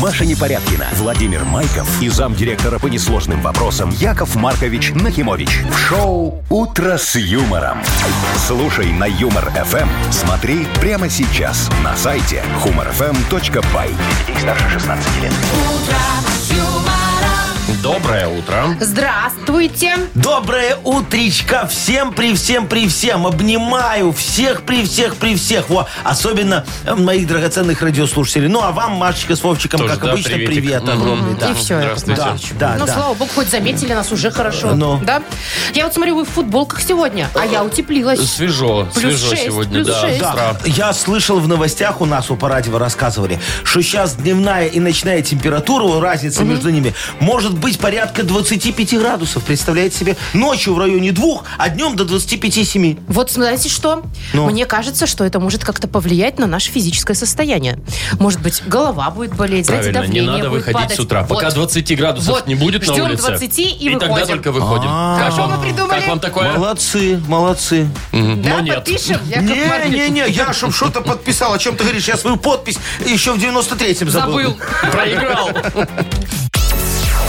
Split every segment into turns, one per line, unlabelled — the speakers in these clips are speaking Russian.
Маша Непорядкина, Владимир Майков и замдиректора по несложным вопросам Яков Маркович Нахимович. В шоу «Утро с юмором». Слушай на «Юмор-ФМ». Смотри прямо сейчас на сайте humorfm.by. Для детей старше 16 лет.
Доброе утро.
Здравствуйте.
Доброе утречко всем при всем при всем. Обнимаю всех при всех при всех. Во, особенно э, моих драгоценных радиослушателей. Ну, а вам, Машечка с Вовчиком,
Тоже,
Ну, как
да,
обычно,
приветик.
привет
Мгм.
огромный.
И
Да.
все.
Здравствуйте.
Да, да,
Ну,
да.
слава богу, хоть заметили нас уже хорошо.
Ну.
Да? Я вот смотрю, вы в футболках сегодня, а я
Э,
утеплилась.
Свежо,
Плюс
свежо
шесть,
сегодня,
плюс
да,
шесть.
с утра.
Я слышал в новостях у нас у Парадьева рассказывали, что сейчас дневная и ночная температура, разница между ними, может быть порядка 25 градусов. Представляете себе? Ночью в районе двух, а днем до 25-7.
Вот знаете что?
Ну.
Мне кажется, что это может как-то повлиять на наше физическое состояние. Может быть, голова будет болеть, знаете,
Правильно, не
давление
надо
будет
выходить
падать.
с утра. Пока
Вот.
20 градусов
Вот.
не будет на
Ждем
улице.
20 и
тогда
выходим.
только выходим.
А.
Как
Хорошо,
вам-
мы придумали.
Как вам такое?
Молодцы, молодцы.
Да,
Но ну, нет.
подпишем, Яков Маркович?
Не-не-не, я чтоб что-то подписал, о чем ты говоришь, я свою подпись еще в 93-м забыл.
Забыл.
Проиграл.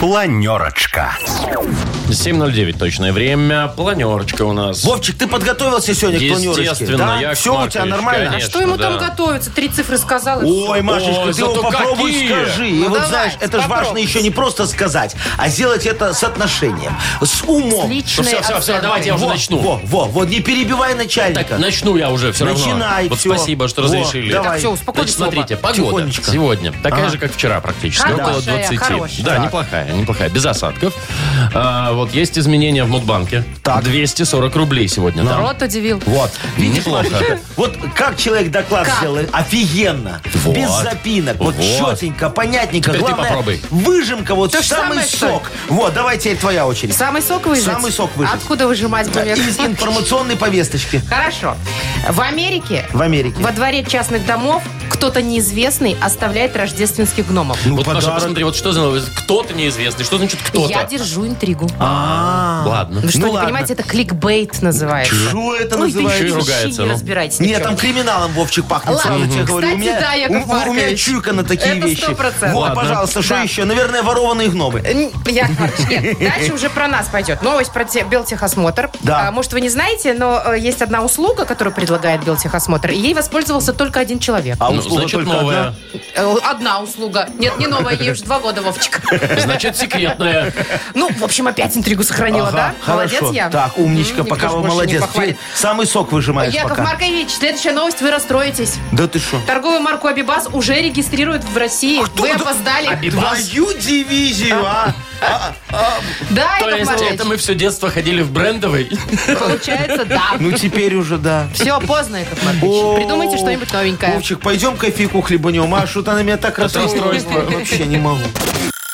Планерочка.
7.09 точное время. Планерочка у нас.
Вовчик, ты подготовился сегодня к планерочке?
Естественно,
да?
Яков
Все у тебя
Маркович,
нормально?
конечно.
Что ему там
да.
готовится? Три цифры сказал. и всё.
Ой, Машечка,
Ой, Ну,
ты его
зато
попробуй
какие!
скажи. И
Ну,
вот
давай,
знаешь, это же
попробуй.
важно еще не просто сказать, а сделать это с отношением, с умом.
Личные
всё, всё, всё,
оценки.
давайте я уже
Во,
начну.
Во, во, вот не перебивай начальника.
Так, начну я уже все равно.
Начинай,
Вот
всё.
спасибо, что
Во,
разрешили.
давай.
Так, все, успокойтесь
Значит, смотрите,
оба.
погода
Тихонечко.
сегодня такая
Ага.
же, как вчера практически, около
Хорошая,
20.
хорошая.
Да,
Так.
неплохая, неплохая, без осадков. А, вот есть изменения в Мудбанке.
Так.
240 рублей сегодня там.
Рот удивил.
Вот, видишь,
Неплохо.
Машечка, вот как человек доклад
Как?
сделал, офигенно,
Вот.
без запинок, вот,
Вот.
четенько, понятненько,
Теперь ты
главное,
попробуй.
выжимка, вот
То же
самый
самое, что ли?
сок. Вот, давай теперь твоя очередь.
Самый сок выжать?
Самый сок выжать.
Откуда выжимать будем?
Из информационной повесточки
Хорошо. В Америке,
в Америке.
во дворе частных домов кто-то неизвестный оставляет рождественских гномов.
Ну,
Вот, Маша,
подарок.
посмотри, вот что за кто-то неизвестный, что значит кто-то?
Я держу интригу.
А,
Ладно.
Вы что,
ну
не
ладно.
понимаете, это кликбейт называется.
Что это
Ой, да
называется?
еще и
ничего
ругается,
не
ну.
разбирайтесь. ни в
Нет,
чем.
там криминалом Вовчик пахнет,
Ладно.
сразу тебе
Кстати,
говорю. У меня,
да, Яков
у- у, меня
Маркович.
чуйка на такие
Это
вещи.
100%.
Вот,
Ладно. Ну,
пожалуйста, что
Да.
еще? Наверное, ворованные гномы.
Н- Яков Маркович, нет. Дальше уже про нас пойдет. Новость про те- Белтехосмотр.
Да.
А, может, вы не знаете, но э, есть одна услуга, которую предлагает Белтехосмотр, и ей воспользовался только один человек.
А
Ну,
услуга
значит,
только
новая.
Э, Одна услуга. Нет, не новая, ей уже два года, Вовчик.
Значит, секретная.
Ну, в общем, опять интригу
одна.
сохранила,
Ага,
да?
хорошо.
Молодец я.
Так, умничка,
М,
пока
никто ж
вы
больше не
молодец.
похвалит.
Ты Самый сок выжимаешь
Яков
пока.
Маркович, следующая новость, вы расстроитесь.
Да ты что?
Торговую марку Абибас уже регистрируют в
А
России. Вы
да-
опоздали.
Твою дивизию, а?
Да,
То
Яков
есть это
Маркович.
мы все детство ходили в брендовый.
Получается, да.
Ну теперь уже да.
Все, поздно, Яков Маркович. Придумайте что-нибудь новенькое.
Вовчик, пойдем кофейку хлебанем. А что ты на меня так расстроила?
расстройство.
Вообще не могу.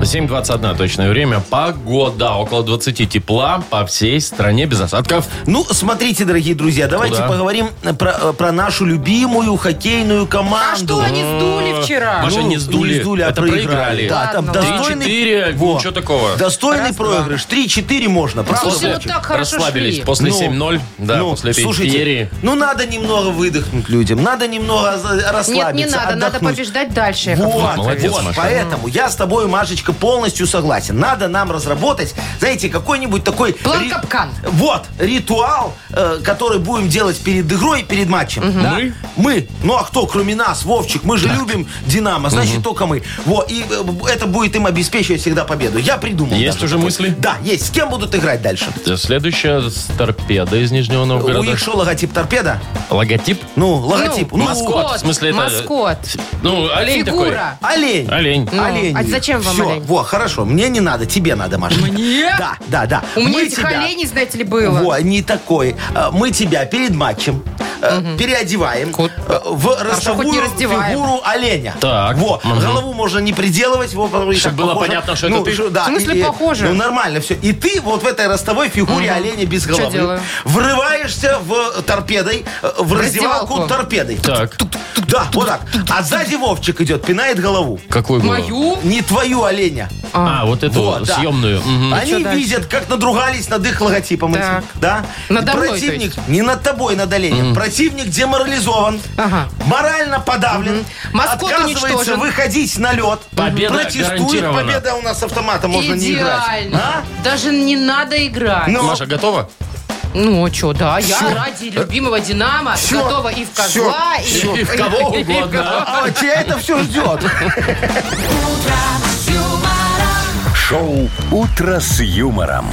7.21 точное время. Погода. Около 20 тепла по всей стране без осадков.
Ну, смотрите, дорогие друзья, давайте
Куда?
поговорим про, э, про нашу любимую хоккейную
А
команду.
что они сдули вчера?
Маша,
Ну,
не сдули.
а
Это проиграли.
Да, там
Ладно,
достойный...
3-4,
Во.
ничего такого.
Достойный проигрыш. 3-4 можно, правда?
Слушайте, ну
Вовчик?
так хорошо
Расслабились
шли.
после
Ну,
7-0. Да,
ну,
после этой
слушайте,
феерии.
ну надо немного выдохнуть людям, надо немного за- расслабиться,
Нет, не надо, надо
отдохнуть.
побеждать дальше. Яков
Вот,
Маркович.
Молодец,
вот,
Маша.
поэтому я с тобой, Машечка, полностью согласен. Надо нам разработать, знаете, какой-нибудь такой...
План капкан.
Вот, ритуал, э, который будем делать перед игрой, перед матчем. Да?
Мы?
Мы. Ну а кто, кроме нас, Вовчик? Мы же любим Динамо, значит, только мы. Вот, и э, это будет им обеспечивать всегда победу. Я придумал.
Есть уже
даже такой.
мысли?
Да, есть. С кем будут играть дальше?
Следующая с торпеда из Нижнего
У
Новгорода.
них что, логотип торпеда?
Логотип?
Ну, логотип. Ну,
маскот, в смысле, это-
Маскот.
Ну, олень
Фигура.
Олень.
Олень.
Ну,
Олень.
а зачем вам
Всё,
олень?
Во, хорошо, мне не надо, тебе надо, Маша.
Мне?
Да, да, да.
У меня
Мы
этих
тебя-
оленей, знаете ли, было.
Во, не такой. А, Мы тебя перед матчем э, переодеваем
Кот.
э, в
хоть не
ростовую
раздеваем.
фигуру оленя.
Так.
Во,
Мгм.
голову можно не приделывать. Во, потому что
Чтоб
так
было
похоже.
понятно, что это
Ну,
ты.
да,
В смысле,
и- и-
похоже?
Ну, нормально все. И ты вот в этой ростовой фигуре оленя без
Чё
головы
делаю?
врываешься в торпедой, э, в раздевалку
раздевалку.
торпедой.
Так.
Да, вот так. А сзади Вовчик идет, пинает голову.
Какую голову?
Мою?
Не твою оленя.
А, вот эту
Вот, да.
съемную. Мгм.
Они
чё дальше?
видят, как надругались над их логотипом. этим,
Так.
Да?
Надо
И
мной,
Противник, не над тобой, над оленем. Противник деморализован,
Ага.
морально подавлен,
А. Маскот
отказывается
уничтожен.
выходить на лед,
Победа
протестует.
гарантирована.
Победа у нас автомата, можно не играть.
Идеально.
А?
Даже не надо играть.
Ну,
Маша, готова?
Ну, а что, да, я ради любимого Динамо
Всё.
готова и в козла, и,
И в кого угодно.
а вот тебя это все ждет.
Шоу «Утро с юмором».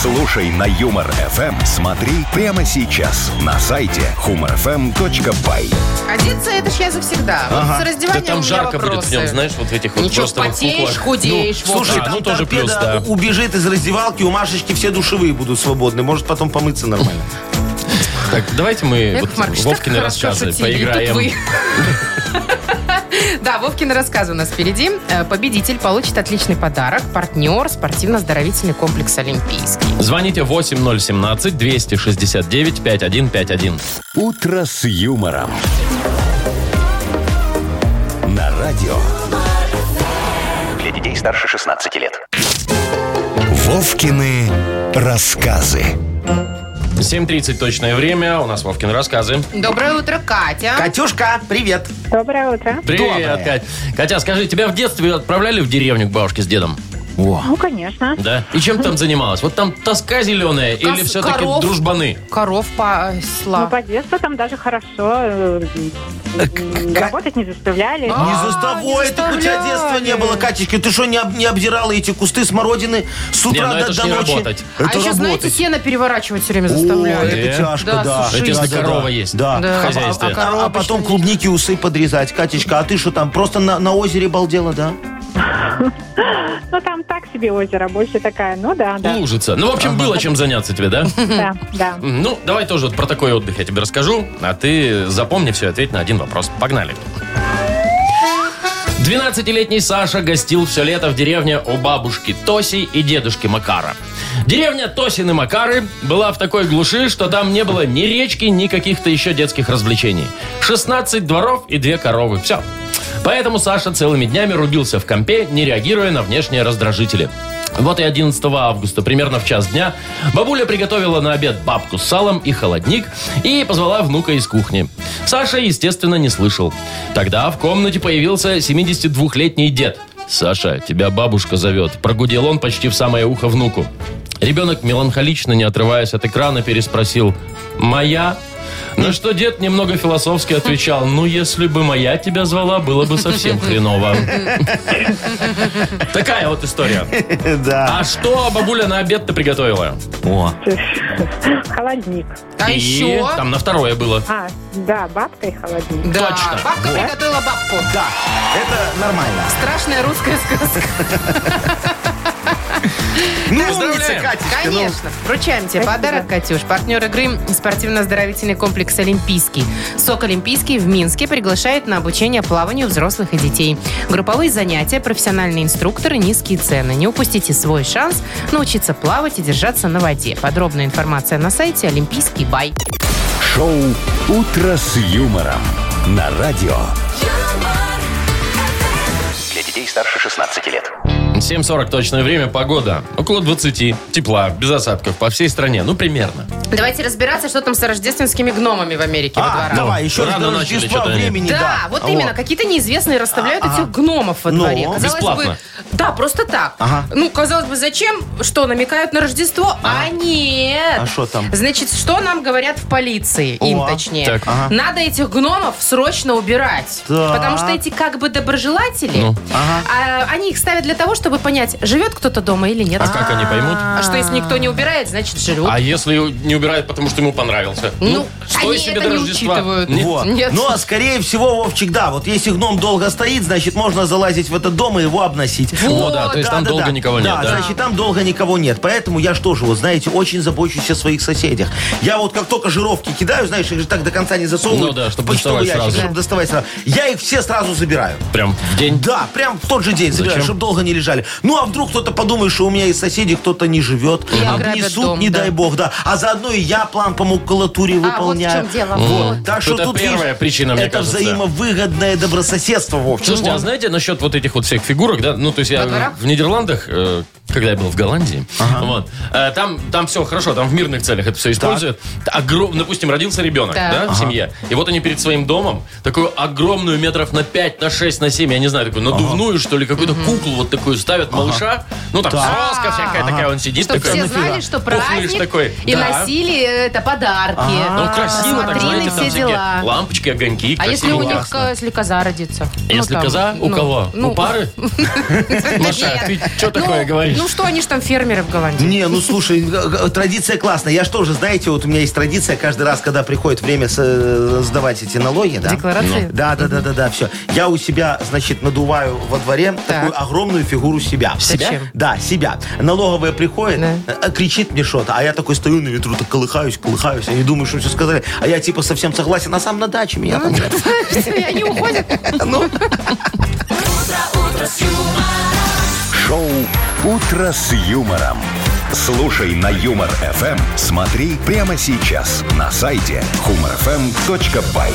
Слушай на Юмор ФМ. Смотри прямо сейчас на сайте humorfm.by.
Одеться это ж я завсегда. Вот с
Да
раздеванием
там
у меня
жарко будет
вопросы.
в нем, знаешь, вот в этих вот
Ничего,
просто вот
потеешь,
куклах.
худеешь. вот.
Слушай,
да,
там
ну тоже
торпеда
плюс, да.
убежит из раздевалки, у Машечки все душевые будут свободны. Может потом помыться нормально.
Так, давайте мы
Яков
вот
Маркович, так
Вовкины
хорошо
рассказы
шутили, и тут вы.
поиграем.
Да, Вовкины рассказы у нас впереди. Э, Победитель получит отличный подарок. Партнер спортивно-оздоровительный комплекс «Олимпийский».
Звоните 8017-269-5151.
«Утро с юмором». На радио.
Для детей старше 16 лет.
Вовкины рассказы.
7.30 точное время, у нас Вовкин рассказы.
Доброе утро, Катя.
Катюшка, привет.
Доброе утро.
Привет, Кать. Катя, скажи, тебя в детстве отправляли в деревню к бабушке с дедом?
Ну, конечно.
Да? И чем ты там занималась? Вот там тоска зеленая или
Кос-
все-таки
коров.
дружбаны?
Коров э,
Ну,
пасла.
по детству там даже хорошо. э, м, Работать не заставляли.
Не
А,
заставой,
не
так у тебя детства не было, Катечка. Ты что, не, об- не обдирала эти кусты смородины с
Не,
утра
ну
до,
это ж
до
не
ночи?
работать.
а еще, знаете, сено переворачивать все время
О,
заставляют.
это
Э,
тяжко,
да,
да.
сушить.
Это если
Да, да,
корова
да.
есть
Да.
Да.
в
А,
хозяйстве.
а потом
Обычно
клубники усы подрезать. Катечка, а ты что там, просто на, на озере балдела, да?
Ну, там так себе озеро, больше такая. Ну, да, да.
Лужица. Ну, в общем, было чем заняться тебе, да?
Да, да.
Мгм. Ну, давай тоже вот про такой отдых я тебе расскажу, а ты запомни все и ответь на один вопрос. Погнали. 12-летний Саша гостил все лето в деревне у бабушки Тоси и дедушки Макара. Деревня Тосины Макары была в такой глуши, что там не было ни речки, ни каких-то еще детских развлечений. 16 дворов и две коровы. Все. Поэтому Саша целыми днями рубился в компе, не реагируя на внешние раздражители. Вот и 11 августа, примерно в час дня, бабуля приготовила на обед бабку с салом и холодник и позвала внука из кухни. Саша, естественно, не слышал. Тогда в комнате появился 72-летний дед. «Саша, тебя бабушка зовет», – прогудел он почти в самое ухо внуку. Ребенок, меланхолично не отрываясь от экрана, переспросил «Моя?» На что дед немного философски отвечал «Ну, если бы моя тебя звала, было бы совсем хреново». Такая вот история.
Э,
Да.
А что бабуля на обед-то приготовила?
О.
Холодник.
А
И
еще...
Там на второе было.
А, да, бабка и холодник.
Да,
Точно.
бабка
Вот.
приготовила бабку.
Да, это нормально.
Страшная русская сказка.
Ну, умница,
поздравляем.
Катечка. ну.
Конечно. Вручаем тебе
Спасибо.
подарок, Катюш. Партнер игры спортивно-оздоровительный комплекс «Олимпийский». СОК «Олимпийский» в Минске приглашает на обучение плаванию взрослых и детей. Групповые занятия, профессиональные инструкторы, низкие цены. Не упустите свой шанс научиться плавать и держаться на воде. Подробная информация на сайте «Олимпийский бай».
Шоу «Утро с юмором» на радио.
Для детей старше 16 лет.
7.40 точное время, погода. Около 20. Тепла, без осадков по всей стране. Ну, примерно.
Давайте разбираться, что там с рождественскими гномами в Америке во
А,
дворах.
давай, еще раз
Ну, Рано
до
начали
Рождества
что-то они.
времени,
Да,
да.
вот именно, какие-то неизвестные расставляют этих гномов во
Ну,
дворе.
бесплатно.
бы, да, просто так.
Ага.
Ну, казалось бы, зачем? Что, намекают на Рождество? А, нет.
А что там?
Значит, что нам говорят в полиции, им
О,
точнее.
так.
Ага.
Надо этих гномов срочно убирать.
Так.
Потому что эти как бы доброжелатели,
Ну.
а, они их ставят для того, чтобы понять, живет кто-то дома или нет.
А как они поймут?
А что, если никто не убирает, значит, живут.
А если не убирает, потому что ему понравился?
Ну,
стой
они это не учитывают.
Нет?
Вот.
Нет.
Ну, а скорее всего, Вовчик, да. Вот если гном долго стоит, значит, можно залазить в этот дом и его обносить.
Во, да, то есть там долго никого нет, да?
Да, значит, там долго никого нет. Поэтому я что же, вот знаете, очень забочусь о своих соседях. Я вот как только жировки кидаю, знаешь, их же так до конца не засовываю.
Ну да, чтоб
почтовый
доставать сразу.
чтобы доставать сразу. Я их все сразу забираю.
Прям в день?
Да, прям в тот же день забираю,
Зачем?
чтобы долго не лежали. Ну, а вдруг кто-то подумает, что у меня из соседей кто-то не живет,
И ограбят
обнесут,
дом,
не
да. А,
дай бог, да. А заодно весной я план по макулатуре выполняю.
вот в чем дело.
Вот. Так что
Это
тут,
первая
видишь,
причина, мне
это
кажется.
взаимовыгодное добрососедство, Вовчик.
Слушайте, а знаете насчет вот этих вот всех фигурок, да? Ну, то есть я
Во дворах?
в Нидерландах, э, когда я был в Голландии, вот, э, там, там все хорошо, там в мирных целях это все используют. Огром, допустим, родился ребенок,
Так.
да, в семье. И вот они перед своим домом такую огромную метров на 5, на 6, на 7, я не знаю, такую надувную, что ли, какую-то куклу вот такую ставят малыша. Ну, там соска всякая такая, он сидит
Чтобы
такой.
все знали, что праздник,
такой.
и
Да.
носили это подарки.
Ну, красиво так,
Смотрины,
знаете,
все
там всякие
дела.
лампочки, огоньки,
А если
красиво.
у них, э, если коза родится? Ну,
Если
там,
коза, у
ну,
кого?
ну,
у пары? Маша,
Нет.
ты что такое
Ну,
говоришь?
Ну что, они же там фермеры в Голландии.
Не, ну слушай, г- г- традиция классная. Я же тоже, знаете, вот у меня есть традиция, каждый раз, когда приходит время с- э, сдавать эти налоги, да?
Декларации?
Да, да, да, да, да, все. Я у себя, значит, надуваю во дворе такую огромную фигуру себя.
Себя?
Зачем?
Да, себя. Налоговая приходит,
Да.
э, кричит мне что-то, а я такой стою на ветру, так колыхаюсь, колыхаюсь, они думают, что все сказали, а я типа совсем согласен, а сам на даче меня там...
Ну,
Все, и они уходят.
Шоу «Утро с юмором». Слушай на Юмор ФМ. Смотри прямо сейчас на сайте humorfm.by.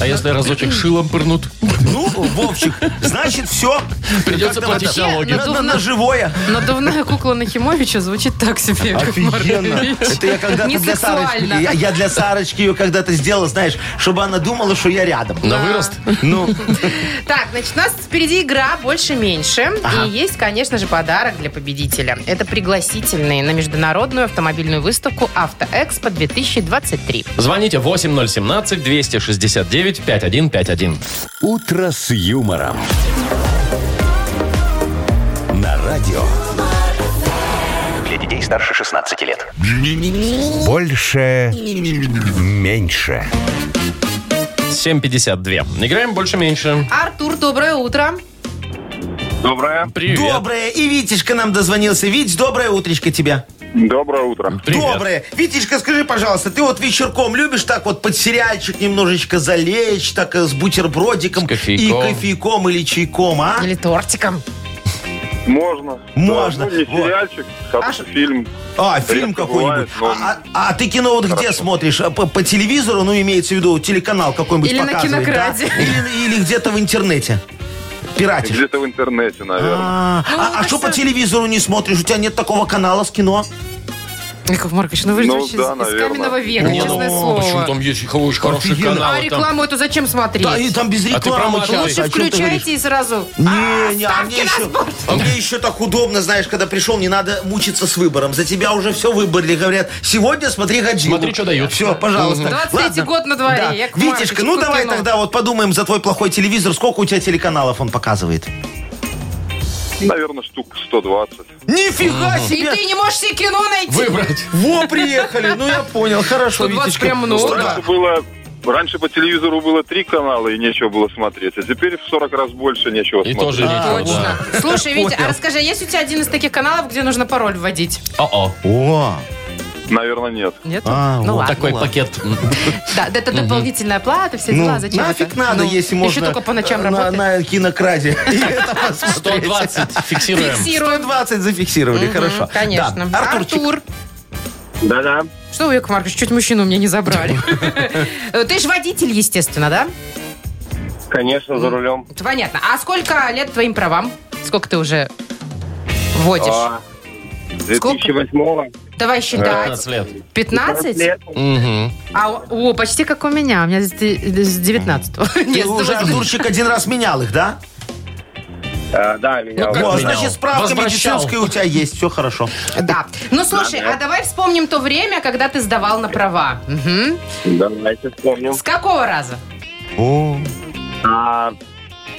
А
ну,
если разочек шилом пырнут?
Ну, Вовчик, значит, все.
Придется платить налоги.
На живое.
Надувная кукла Нахимовича звучит так себе. Яков
Офигенно.
Маркович.
Это я
Не
когда-то для Сарочки.
сексуально.
Я, я для Сарочки ее когда-то сделала, знаешь, чтобы она думала, что я рядом.
На вырост?
Ну,
Так, значит, у нас впереди игра «Больше-меньше». И есть, конечно же, подарок для победителя. Это пригласительные на международную автомобильную выставку «Автоэкспо-2023».
Звоните 8017-269-5151.
«Утро с юмором». На радио
Для детей старше 16 лет.
«Больше, меньше».
752. Играем больше-меньше.
Артур, доброе утро.
Доброе.
Привет.
доброе. И Витишка нам дозвонился. Вить, доброе утречко тебе.
Доброе утро.
Привет.
Доброе. Витишка, скажи, пожалуйста, ты вот вечерком любишь так вот под сериальчик немножечко залечь, так э, с бутербродиком
С кофейком.
и кофейком или чайком, а?
Или тортиком.
Можно.
Можно.
Да, ну, не
Вот.
сериальчик, хороший фильм.
А, фильм
Редко
какой-нибудь.
бывает, но он-
А, а- а ты кино вот где смотришь? А По, по телевизору, ну, имеется в виду, телеканал какой-нибудь
Или на
показывает, да?
кинокраде.
Или, или где-то в интернете. Пиратишь.
Где-то в интернете, наверное.
А а- а что по телевизору не смотришь? У тебя нет такого канала с кино?
Яков Маркович, ну вы же
Ну
вообще
да,
из- из
наверное.
каменного века,
Не, ну,
честное слово.
почему там есть хорошие хорошие
Офигенно.
каналы?
А рекламу эту зачем смотреть?
Да, и там
А
без
ты
рекламы.
проматывай.
чувак,
Лучше
о чем ты говоришь?
Включайте и сразу.
Не, не, а мне еще, а мне еще так удобно, знаешь, когда пришел, не надо мучиться с выбором. За тебя уже все выбрали. Говорят, сегодня смотри Гаджилу.
Смотри, что дают.
Все, пожалуйста.
Мгм. 23-й
Ладно.
год на дворе,
Да.
Яков Маркович,
Витечка, ну
какое
давай
кино?
тогда вот подумаем за твой плохой телевизор. Сколько у тебя телеканалов он показывает?
Наверное, штук 120.
Нифига
И
себе!
ты не можешь себе кино найти.
Выбрать.
Во, приехали. Ну, я понял. Хорошо,
120
Витечка.
прям много.
Ну, да.
Раньше было... Раньше по телевизору было три канала и нечего было смотреть, а теперь в 40 раз больше нечего
И
смотреть.
тоже ничего.
Точно.
да.
Слушай, Витя, а
Понял.
расскажи, а есть у тебя один из таких каналов, где нужно пароль вводить?
О-о.
О,
Наверное, нет.
Нет?
А,
ну
вот
ладно.
Такой
ладно.
пакет.
Да, да это дополнительная плата, все
ну,
дела, зачем
нафиг
это?
надо,
Ну,
если можно. Э,
Еще только по ночам
на-
работать.
На кинокраде. И это посмотреть.
120. Фиксируем.
Фиксируем.
120 зафиксировали,
Мгм,
хорошо.
Конечно.
Да. Артурчик.
Артур.
Да-да.
Что вы, Яков Маркович, чуть мужчину у меня не забрали. Э, Ты же водитель, естественно, да?
Конечно, за рулем.
Понятно. А сколько лет твоим правам? Сколько ты уже водишь?
2008
Давай считать.
15 лет.
15?
лет.
Мгм.
А, о, почти как у меня. У меня с де- с 19
Ты уже, Артурчик, один раз менял их, да?
А, Да, меня.
Как
Во,
менял?
значит, справка
Возвращал.
медицинская у тебя есть, все хорошо.
Да. Ну, слушай, а давай вспомним то время, когда ты сдавал на права. Мгм.
Давайте вспомним.
С какого раза?
А,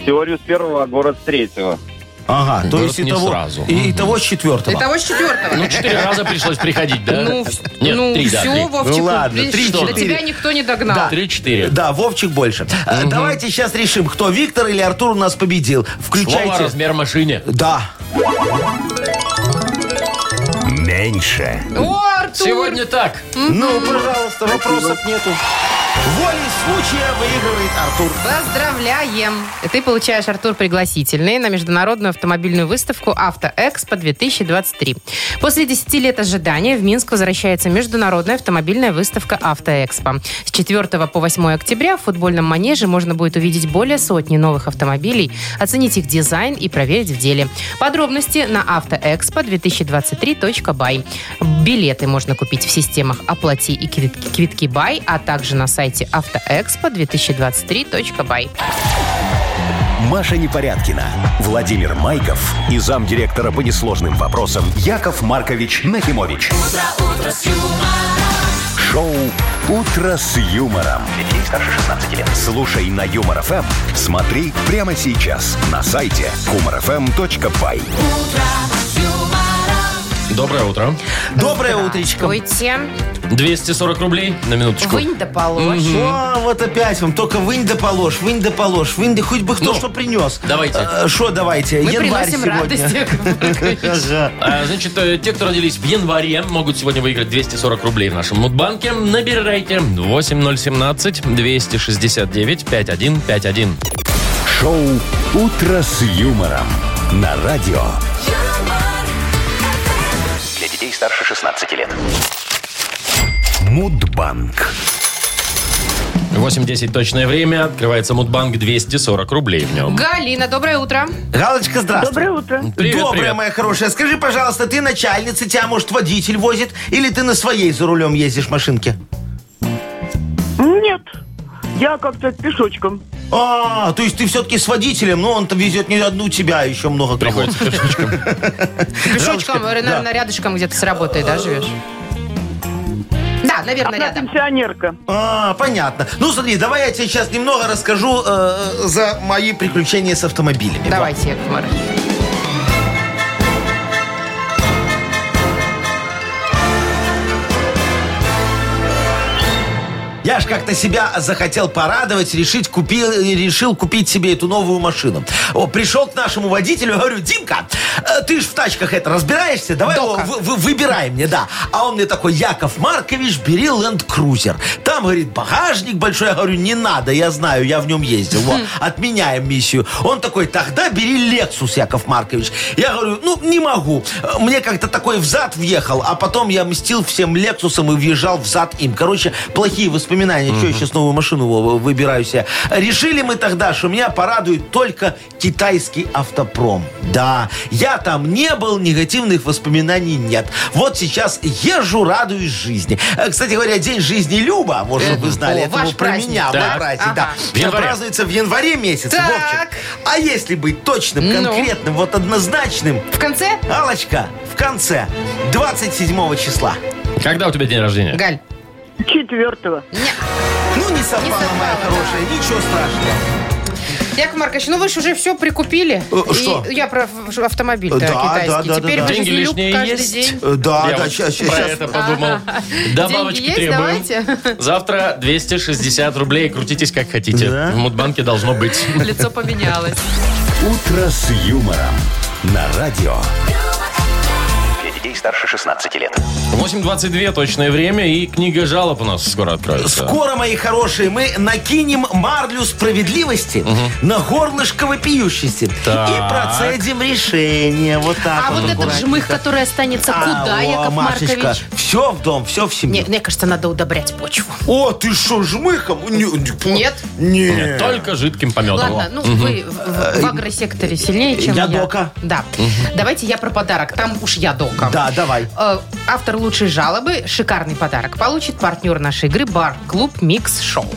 теорию с первого, а город с третьего.
Ага, то
Вот
есть и
не
того,
сразу.
и, и того с четвертого.
Итого с четвертого.
Ну, четыре раза пришлось приходить, да?
Ну,
Нет,
ну
три, да,
все,
три.
Вовчик,
Ну, ладно,
видишь,
три,
до
четыре.
тебя никто не догнал.
Да.
Три-четыре.
Да, Вовчик больше. А, Давайте сейчас решим, кто Виктор или Артур у нас победил.
Слово
Включайте.
размер машине.
Да.
Меньше.
О, Артур!
Сегодня так.
Ну, пожалуйста, вопросов нету. Волей случая выигрывает Артур.
Поздравляем! Ты получаешь, Артур, пригласительные на международную автомобильную выставку «Автоэкспо-2023». После 10 лет ожидания в Минск возвращается международная автомобильная выставка «Автоэкспо». С 4 по 8 октября в футбольном манеже можно будет увидеть более сотни новых автомобилей, оценить их дизайн и проверить в деле. Подробности на автоэкспо2023.бай. Билеты можно купить в системах «Оплати» и «Квитки, квитки Бай», а также на сайте автоэкспо2023.бай.
Маша Непорядкина, Владимир Майков и замдиректора по несложным вопросам Яков Маркович Нахимович. Шоу Утро с юмором.
Детей старше 16 лет.
Слушай на юмор ФМ, смотри прямо сейчас на сайте humorfm.by.
Доброе утро.
Доброе утречко.
Здравствуйте.
240 рублей на минуточку.
Вынь да положь.
О, А, вот опять вам. Только вынь да положь, вынь да положь, вынь да хоть бы кто
Ну,
что принес.
давайте.
Э, Что давайте?
Мы
Январь
приносим
сегодня.
радость. Яков Маркович.
Ага.
А, Значит, э, те, кто родились в январе, могут сегодня выиграть 240 рублей в нашем мудбанке. Набирайте 8017-269-5151.
Шоу Утро с юмором на радио.
Для детей старше 16 лет.
Мудбанк.
8.10 точное время. Открывается мудбанк 240 рублей в нем.
Галина, доброе утро.
Галочка, здравствуй.
Доброе утро.
Привет,
Добрая
привет.
моя хорошая. Скажи, пожалуйста, ты начальница, тебя, может, водитель возит? Или ты на своей за рулем ездишь в машинке?
Нет, я как-то пешочком.
А, то есть ты все-таки с водителем, но он там везет не одну тебя, а еще много кого.
Приходится пешочком.
Пешочком, наверное, рядышком где-то с работой, да, живешь? Да, наверное,
Она
рядом.
пенсионерка.
А, понятно. Ну, смотри, давай я тебе сейчас немного расскажу э, за мои приключения с автомобилями.
Давайте, Яков Маркович.
Я ж как-то себя захотел порадовать, решить, купил, решил купить себе эту новую машину. О, пришел к нашему водителю, говорю, Димка, э, ты ж в тачках это разбираешься, давай его вы- вы- выбирай мне, да. А он мне такой, Яков Маркович, бери Land Cruiser. Там, говорит, багажник большой. Я говорю, не надо, я знаю, я в нем ездил. Во, отменяем миссию. Он такой, тогда бери Lexus, Яков Маркович. Я говорю, ну, не могу. Э, Мне как-то такой взад въехал, а потом я мстил всем Лексусом и въезжал взад им. Короче, плохие воспоминания. Что я сейчас новую машину во, выбираю себе? Решили мы тогда, что меня порадует только китайский автопром. Да, я там не был, негативных воспоминаний нет. Вот сейчас езжу, радуюсь жизни. Э, Кстати говоря, день жизни Люба, может, вы знали,
о,
это
ваш
вот про
праздник.
меня,
Да.
мой праздник, да.
Ага.
В январе.
Празднуется в январе месяце,
Так.
Вовчик. А если быть точным,
Ну?
конкретным, вот однозначным,
В конце?
Алочка, в конце 27 числа.
Когда у тебя день рождения?
Галь.
Четвертого.
Ну, не совпало, моя
совпало,
хорошая, ничего страшного.
Яков Маркович, ну вы же уже все прикупили.
Э, что? Э,
И я про ф- автомобиль
Да,
китайский.
да, да,
Теперь
да,
вы
да.
же
Деньги
с ним
лишние
каждый
есть?
день.
Э, Да,
Я
да,
вот
сейчас,
про это подумал. Добавочки
есть?
требуем.
Давайте.
Завтра 260 рублей. Крутитесь как хотите.
Да.
В мудбанке должно быть.
Лицо поменялось.
Утро с юмором на радио.
Для детей старше 16 лет.
8.22 точное время, и книга жалоб у нас скоро откроется.
Скоро, мои хорошие, мы накинем марлю справедливости на горлышко вопиющести. И
Так.
процедим решение. Вот так
А
вот.
вот этот
аккуратненько.
жмых, который останется,
А,
куда,
о,
Яков
Машечка,
Маркович?
все в дом, все в семью.
Не, мне кажется, надо удобрять почву.
О, ты что, жмыхом? Не- не-
Нет?
Не.
Нет, Только жидким пометом.
Ладно, ну вы в, в- в агросекторе сильнее, чем я.
Э, я дока.
Да. Давайте я про подарок. Там уж я дока.
Да, давай.
Э, Автор лучшей жалобы, шикарный подарок, получит партнер нашей игры «Бар-клуб Микс Шоу».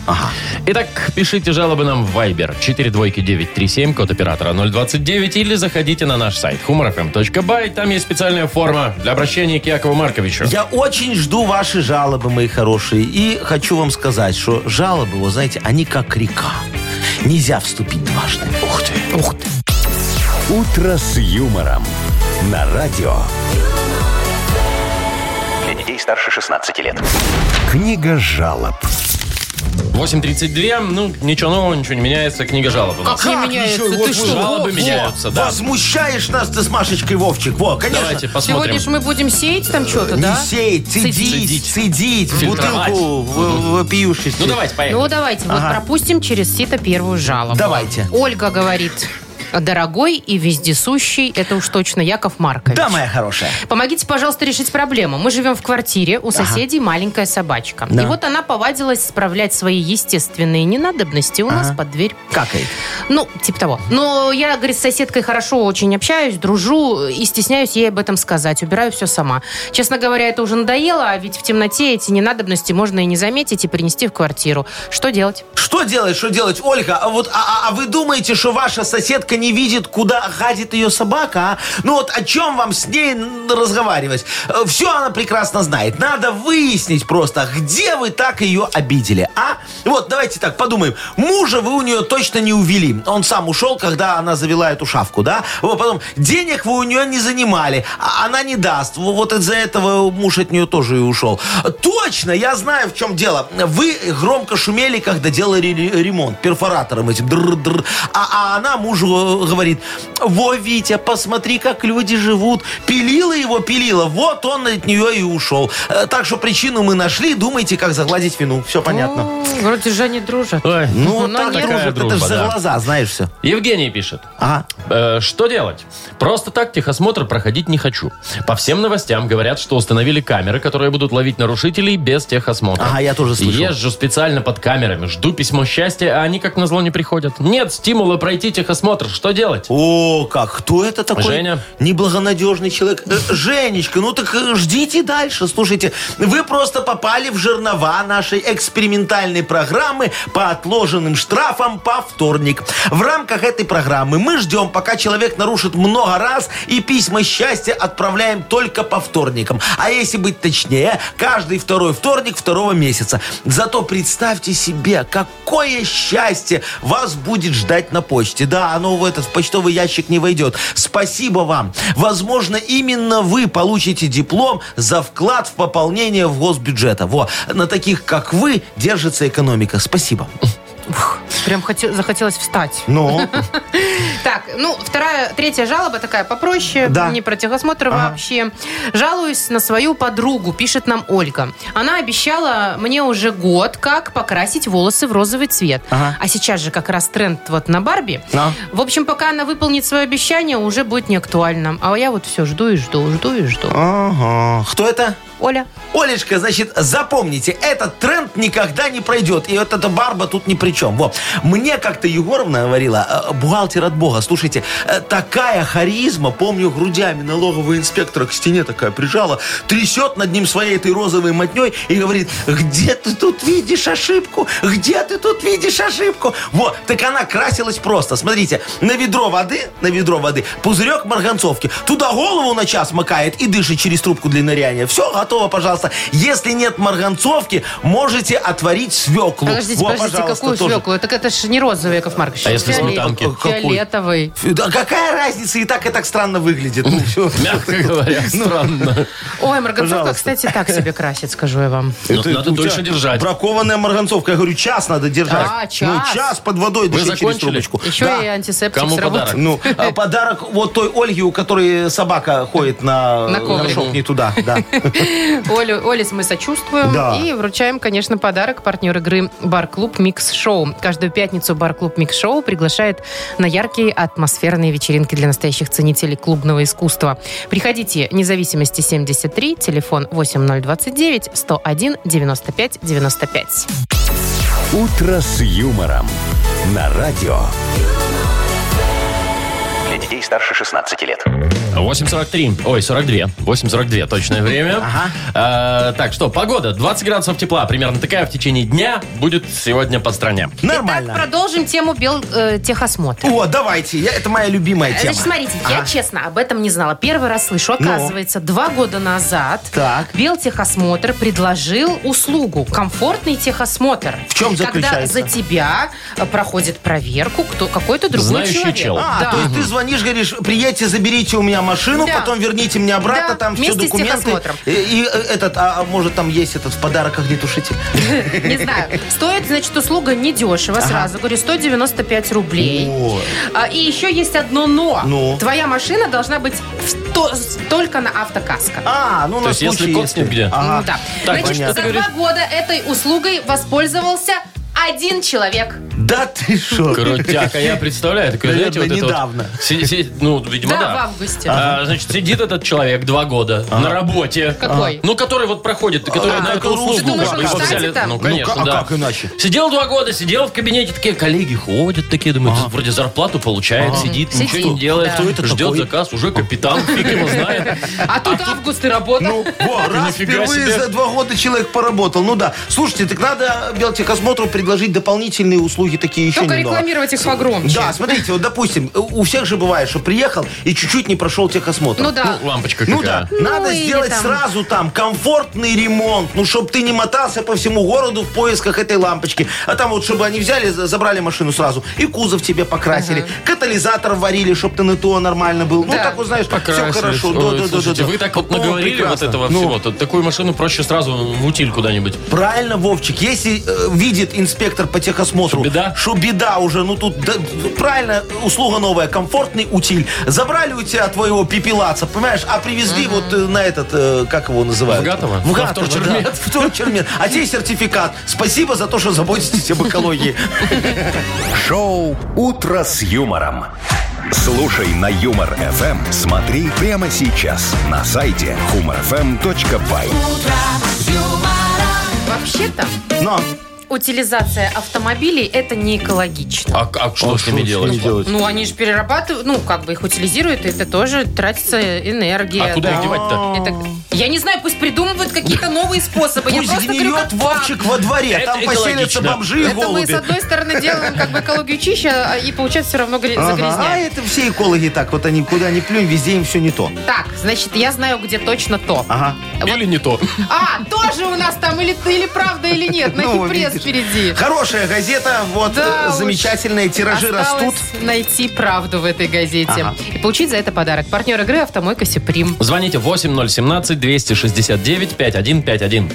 Итак, пишите жалобы нам в Viber 42937, код оператора 029, или заходите на наш сайт humorfm.by. Там есть специальная форма для обращения к Якову Марковичу.
Я очень жду ваши жалобы, мои хорошие. И хочу вам сказать, что жалобы, вы знаете, они как река. Нельзя вступить дважды. Ух ты. Ух ты.
Утро с юмором на радио.
Для детей старше 16 лет.
Книга жалоб.
8.32, ну, ничего нового, ничего не меняется, книга жалоб у нас.
А Как не меняется?
еще?
Ты
Вот
что?
мы-
Жалобы
во,
меняются, да.
Возмущаешь нас ты с Машечкой, Вовчик. Во, конечно.
Давайте посмотрим.
Сегодня же мы будем сеять там что-то,
Не
да?
сеять,
Цедить.
цедить, цедить, в
Фильтровать.
бутылку вопиюшись.
Ну, давайте, поехали.
Ну, давайте, вот
Ага.
пропустим через сито первую жалобу.
Давайте.
Ольга говорит, дорогой и вездесущий, это уж точно Яков Маркович.
Да, моя хорошая.
Помогите, пожалуйста, решить проблему. Мы живем в квартире, у соседей маленькая собачка.
Да.
И вот она повадилась справлять свои естественные ненадобности у нас под дверь.
Какает.
Ну, типа того. Но я, говорит, с соседкой хорошо очень общаюсь, дружу и стесняюсь ей об этом сказать. Убираю все сама. Честно говоря, это уже надоело, а ведь в темноте эти ненадобности можно и не заметить и принести в квартиру. Что делать?
Что делать, что делать, Ольга? А вот, а, а- а вы думаете, что ваша соседка не видит, куда гадит ее собака? а? Ну вот о чем вам с ней м, разговаривать? Все она прекрасно знает. Надо выяснить просто, где вы так ее обидели, а? Вот давайте так подумаем. Мужа вы у нее точно не увели. Он сам ушел, когда она завела эту шавку, да? Вот потом денег вы у нее не занимали, а она не даст. Во- Вот из-за этого муж от нее тоже и ушел. Точно, я знаю, в чем дело. Вы громко шумели, когда делали ре- ремонт перфоратором этим. др-др. А, а она мужу э, говорит, во, Витя, посмотри, как люди живут. Пилила его, пилила. Вот он от нее и ушел. Э, Так что причину мы нашли. Думайте, как загладить вину. Все понятно.
М, Ну, Вроде же они дружат.
Ой,
Ну, вот
ну,
так
такая
дружат.
дружба,
Это же
да.
за глаза, знаешь все.
Евгений пишет.
Ага.
Э, Что делать? Просто так техосмотр проходить не хочу. По всем новостям говорят, что установили камеры, которые будут ловить нарушителей без техосмотра.
Ага, я тоже слышал.
Езжу специально под камерами, жду письмо счастья, а они как назло не приходят. Нет стимула пройти техосмотр. Что делать?
О, как? Кто это такой?
Женя.
Неблагонадежный человек. Э, Женечка, ну так э, ждите дальше. Слушайте, вы просто попали в жернова нашей экспериментальной программы по отложенным штрафам по вторник. В рамках этой программы мы ждем, пока человек нарушит много раз, и письма счастья отправляем только по вторникам. А если быть точнее, каждый второй вторник второго месяца. Зато представьте себе, какое счастье вас будет ждать на почте. Да, оно в этот в почтовый ящик не войдет. Спасибо вам. Возможно, именно вы получите диплом за вклад в пополнение в госбюджета. Во, на таких, как вы, держится экономика. Спасибо.
Прям хоте- захотелось встать.
Ну,
Так, ну, вторая, третья жалоба такая попроще,
Да.
не про техосмотр вообще. Жалуюсь на свою подругу, пишет нам Ольга. Она обещала мне уже год, как покрасить волосы в розовый цвет.
Ага.
А сейчас же как раз тренд вот на Барби.
Да.
В общем, пока она выполнит свое обещание, уже будет не актуально. А я вот все жду и жду, жду и
А.
жду.
ага. Кто это?
Оля,
Олечка, значит, запомните, этот тренд никогда не пройдет. И вот эта барба тут ни при чем. Во. Мне как-то Егоровна говорила, э, бухгалтер от бога, слушайте, э, такая харизма, помню, грудями налогового инспектора к стене такая прижала, трясет над ним своей этой розовой мотней и говорит, где ты тут видишь ошибку? Где ты тут видишь ошибку? Вот, так она красилась просто. Смотрите, на ведро воды, на ведро воды, пузырек марганцовки. Туда голову на час макает и дышит через трубку для ныряния. Все, готово, пожалуйста. Если нет марганцовки, можете отварить свеклу.
подождите,
Во,
подождите,
пожалуйста,
какую
тоже.
свеклу? Так это же не розовый, Яков Маркович.
А если
Фиолет-
сметанки?
Какой?
Фиолетовый.
Фу, Да какая разница, и так, и так странно выглядит. Ну, всё.
Мягко говоря,
Ну,
странно.
Ой, марганцовка,
Пожалуйста.
кстати, так себе красит, скажу я вам.
Ну,
Это
надо
у тебя
дольше держать.
Бракованная марганцовка. Я говорю, час надо держать.
А, час.
Ну, час под водой дышит через
закончили?
трубочку.
Еще
Да.
и антисептик
Кому
сработал.
подарок?
Ну, а подарок вот той Ольге, у которой собака ходит на,
На коврике.
горшок не туда. Да.
Олю, Оле мы сочувствуем
Да.
и вручаем, конечно, подарок партнер игры «Бар-клуб Микс Шоу». Каждую пятницу «Бар-клуб Микс Шоу» приглашает на яркие атмосферные вечеринки для настоящих ценителей клубного искусства. Приходите, независимости 73, телефон 8029 101 95 95.
«Утро с юмором» на радио.
Для детей старше 16 лет.
8.43. Ой, 42. 8.42 точное время. Э, Так, что, погода. 20 градусов тепла. Примерно такая в течение дня будет сегодня по стране.
Итак,
Нормально.
продолжим тему бел э, техосмотра.
О, давайте. Я, это моя любимая тема.
Э,
Ну.
Значит, смотрите, я честно об этом не знала. Первый раз слышу. Оказывается, два года назад
Так.
Белтехосмотр предложил услугу комфортный техосмотр.
В чем
Когда
заключается?
за тебя э, проходит проверку кто какой-то другой
Знающий
человек.
чел.
А,
Да.
то есть ты звонишь, говоришь, приедьте, заберите у меня машину,
Да.
потом верните мне обратно,
Да,
там все
вместе с
документы.
техосмотром.
И, и, э, этот, а, а может там есть этот в подарок огнетушитель?
Не знаю. Стоит, значит, услуга недешево, сразу говорю, 195 рублей.
О.
А, и еще есть одно но.
Ну?
Твоя машина должна быть в то- с- только на автокаско.
А, ну
То
на
есть, если
случай,
кокнет где?
Ага.
М, Да.
Так,
значит,
понятно.
за два года этой услугой воспользовался один человек.
Да ты шо?
Крутяка, А я представляю. Такой,
Наверное,
знаете, вот это вот
недавно.
си- си- ну, видимо,
Да,
да.
в августе.
А, значит, сидит этот человек два года на работе.
Какой?
Ну, который вот проходит, который
А,
на эту
который
услугу
Ты думаешь, он
его
в штате
взяли.
там?
Ну,
Ну,
конечно,
а
да.
как иначе?
Сидел два года, сидел в кабинете, такие коллеги ходят, такие думают, вроде зарплату получает, сидит,
Сидит.
ничего не делает,
Да. Кто
Ну, это
ждет
такой?
заказ, уже капитан, фиг его знает.
А тут август и работа.
Ну, во, раз
Нифига
впервые
себе.
за два года человек поработал. Ну да. Слушайте, так надо Белтехосмотру предложить дополнительные услуги такие еще
Только
немного.
рекламировать их погромче.
Да, смотрите, вот допустим, у у всех же бывает, что приехал и чуть-чуть не прошел техосмотр.
Ну да.
Ну, лампочка
Ну
какая.
да,
Ну,
надо
или
сделать
там-
сразу там комфортный ремонт, ну, чтобы ты не мотался по всему городу в поисках этой лампочки. А там вот, чтобы они взяли, за- забрали машину сразу, и кузов тебе покрасили, катализатор варили, чтобы ты на ТО нормально был. Ну,
Да.
так вот, знаешь,
Покрасились.
все хорошо.
Ой,
Да, да, да,
слушайте,
да, да.
вы так вот
О,
наговорили вот
прекрасно.
этого
Ну,
всего. Тут такую машину проще сразу в утиль куда-нибудь.
Правильно, Вовчик, если э, видит инспектор по техосмотру,
Что беда?
что беда уже, ну тут да, правильно, услуга новая, комфортный утиль. Забрали у тебя твоего пепелаца, понимаешь, а привезли вот э, на этот, э, как его называют?
В Гатово?
В Гатово,
А в Торчермет?
да, в Торчермет. А тебе сертификат. Спасибо за то, что заботитесь об экологии.
Шоу «Утро с юмором». Слушай на Юмор ФМ. Смотри прямо сейчас на сайте humorfm.by.
Вообще-то,
Но
утилизация автомобилей это не экологично.
А, а что с ними делать?
Ну, они же перерабатывают, ну, как бы их утилизируют, и это тоже тратится энергия.
А куда
да.
их девать-то?
Это- Я не знаю, пусть придумывают какие-то новые способы. Я
пусть
просто говорю,
гниет
как
Вовчик во дворе,
Это
там поселятся
экологично.
бомжи и
Это мы, с
голуби.
одной стороны, делаем как бы экологию чище, а- и получается все равно гря-
Ага. А
загрязняем.
это все экологи так, вот они куда ни плюнь, везде им все не то.
Так, значит, я знаю, где точно то.
Ага.
Или не то.
А, тоже у нас там или, или правда, или нет. На
Ну,
пресс
видишь.
впереди.
Хорошая газета, вот
Да
э,
уж.
замечательные тиражи
Осталось
растут.
найти правду в этой газете.
Ага.
И получить за это подарок. Партнер игры «Автомойка Сюприм».
Звоните 8017-269-5151.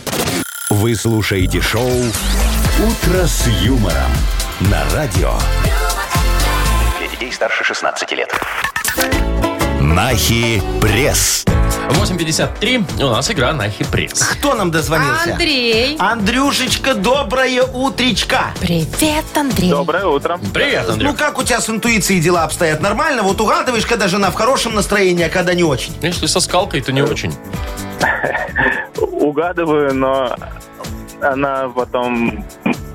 Вы слушаете шоу «Утро с юмором» на радио.
Для детей старше 16 лет.
Нахи пресс.
8.53. У нас игра на хипресс.
Кто нам дозвонился?
Андрей.
Андрюшечка, доброе утречка.
Привет, Андрей.
Доброе утро.
Привет,
Ну
Андрюк.
как у тебя с интуицией дела обстоят? Нормально? Вот угадываешь, когда жена в хорошем настроении, а когда не очень.
Если со скалкой, то не очень.
Угадываю, но она потом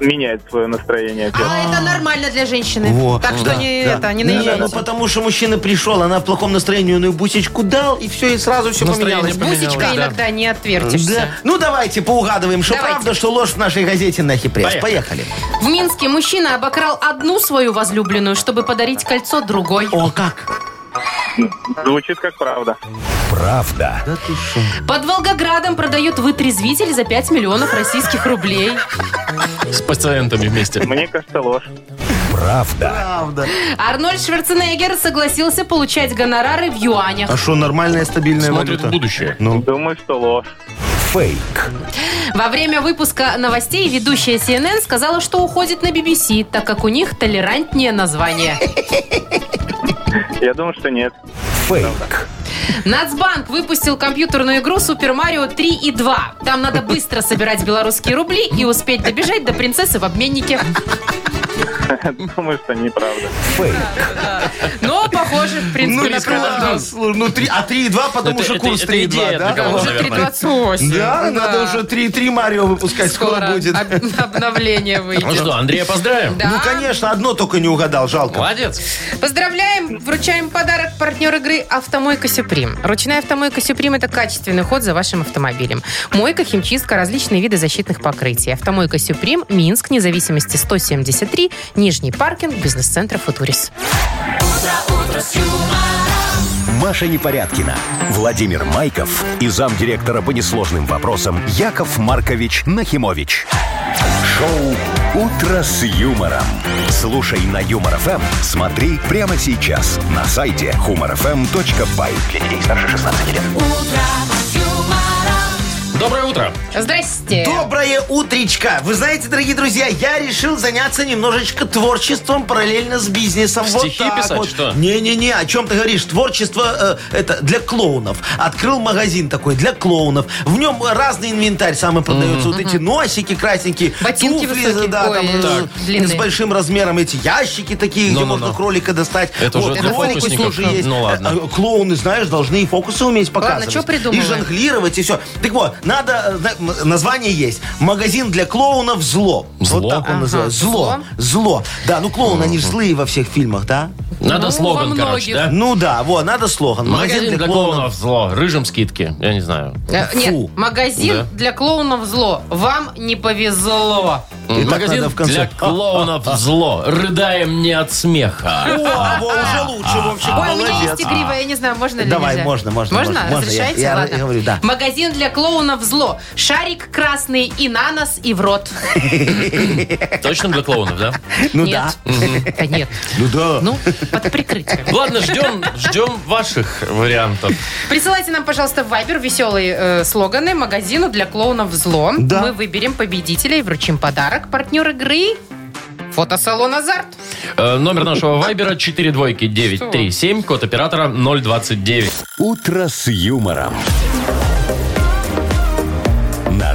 меняет свое настроение.
А, это нормально для женщины.
Во,
так что
да,
не
да.
это, не
Да,
наезжайте.
Ну потому что мужчина пришел, она в плохом настроении, ну и бусечку дал, и все, и сразу все
Настроение
поменялось.
поменялось.
Бусечка
Да.
иногда не отвертишься.
Да. Ну давайте поугадываем, что
Давайте.
правда, что ложь в нашей газете на пресс. Поехали.
В Минске мужчина обокрал одну свою возлюбленную, чтобы подарить кольцо другой.
О, как?
Звучит как правда.
Правда.
Под Волгоградом продают вытрезвитель за 5 миллионов российских рублей.
С пациентами вместе.
Мне кажется, ложь.
Правда.
Правда.
Арнольд Шварценеггер согласился получать гонорары в юанях.
А что, нормальная стабильная
Смотрят в
валюта?
будущее.
Ну.
Думаю, что ложь.
Фейк.
Во время выпуска новостей ведущая CNN сказала, что уходит на BBC, так как у них толерантнее название.
Я думаю, что нет.
Фейк.
Нацбанк выпустил компьютерную игру Супер Марио 3 и 2. Там надо быстро собирать белорусские рубли и успеть добежать до принцессы в обменнике.
Думаю, что неправда.
Фейк.
Но похоже, в
Ну,
принципе, на правду.
слушай, ну, три- а 3,2, потому
Ну, Это-
что
это-
курс
это идея
3,2, да?
для кого-то.
Уже 3.28.
Да, надо уже 3,3 Марио выпускать, скоро, будет.
об- обновление выйдет.
Ну что, Андрея поздравим.
Да.
Ну, конечно, одно только не угадал, жалко.
Молодец.
Поздравляем! Вручаем подарок партнер игры «Автомойка Сюприм». Ручная «Автомойка Сюприм» – это качественный ход за вашим автомобилем. Мойка, химчистка, различные виды защитных покрытий. «Автомойка Сюприм», Минск, независимости 173, Нижний паркинг, бизнес-центр «Футурис».
Маша Непорядкина, Владимир Майков и замдиректора по несложным вопросам Яков Маркович Нахимович. Шоу «Утро с юмором». Слушай на Юмор ФМ, смотри прямо сейчас на сайте humorfm.by. Для детей старше 16 лет.
Доброе утро.
Здрасте.
Доброе утречко! Вы знаете, дорогие друзья, я решил заняться немножечко творчеством параллельно с бизнесом.
Стихи писать, что?
Не-не-не, о чем ты говоришь? Творчество э, это для клоунов. Открыл магазин такой для клоунов. В нем разный инвентарь самый продается. Вот эти носики красненькие,
Ботинки
туфли,
высокие,
да,
ой,
там, э,
так.
с
длинные.
большим размером, эти ящики такие, где
Ну-ну-ну.
можно кролика достать.
Это уже для фокусников.
тоже есть.
Ну, ладно.
Э, э, Клоуны, знаешь, должны и фокусы уметь показывать.
чё
И
придумываем?
жонглировать, и все. Так вот, надо, э, зна- м- название есть. Магазин для клоунов «Зло».
«Зло»?
Вот так он
Ага,
называется. «Зло».
«Зло».
«Зло». Да, ну клоуны, они же злые во всех фильмах, да?
Надо
Ну,
слоган,
во
короче,
многих.
да?
Ну да, вот, надо слоган.
Магазин для клоунов зло. Рыжим скидки. Я не знаю.
Э,
Фу.
Нет, магазин
Да.
для клоунов зло. Вам не повезло.
И так
Магазин
надо в конце. А,
для клоунов зло. Рыдаем не от смеха.
О, во, уже лучше, Вовчик,
Ой, у меня
А, молодец.
есть игривая, я не знаю, можно ли
Давай,
нельзя.
можно, можно,
Можно?
можно, можно.
Разрешаете?
Я- я
Ладно.
говорю, да.
Магазин для клоунов зло. Шарик красный и на нос, и в рот.
Точно для клоунов, да?
Ну
нет.
да.
Да нет.
Ну да.
Ну, под прикрытием.
Ладно, ждем, ждем ваших вариантов.
Присылайте нам, пожалуйста, в Вайбер веселые э, слоганы магазину для клоунов зло.
Да.
Мы выберем победителя и вручим подарок. Партнер игры фотосалон «Азарт».
Э, Номер нашего вайбера 4 двойки 937, код оператора 029.
«Утро с юмором». На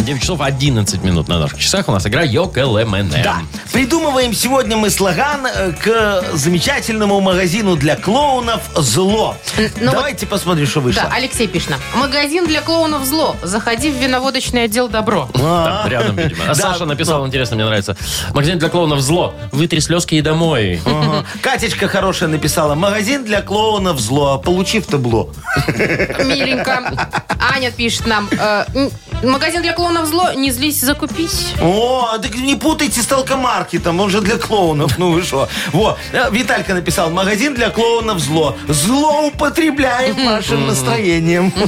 9 часов 11 минут на наших часах. У нас игра ЙОКЛМН.
Да. а, Придумываем сегодня мы слоган э, к замечательному магазину для клоунов «Зло».
ну
Давайте посмотрим, что вышло.
Да, Алексей пишет нам. Магазин для клоунов зло. Заходи в виноводочный отдел добро.
Там рядом, видимо. А
Да.
Саша написал, интересно, мне нравится. Магазин для клоунов зло. Вытри слезки и домой.
Ага. Катечка хорошая написала. Магазин для клоунов зло. Получив табло.
Миленько. Аня пишет нам. э, м, магазин для клоунов зло. Не злись, закупись.
О, так не путайте с толкомаркетом. Он же для клоунов. Ну вы что? Во, э, Виталька написал. Магазин для клоунов зло. Зло употребляем вашим настроением.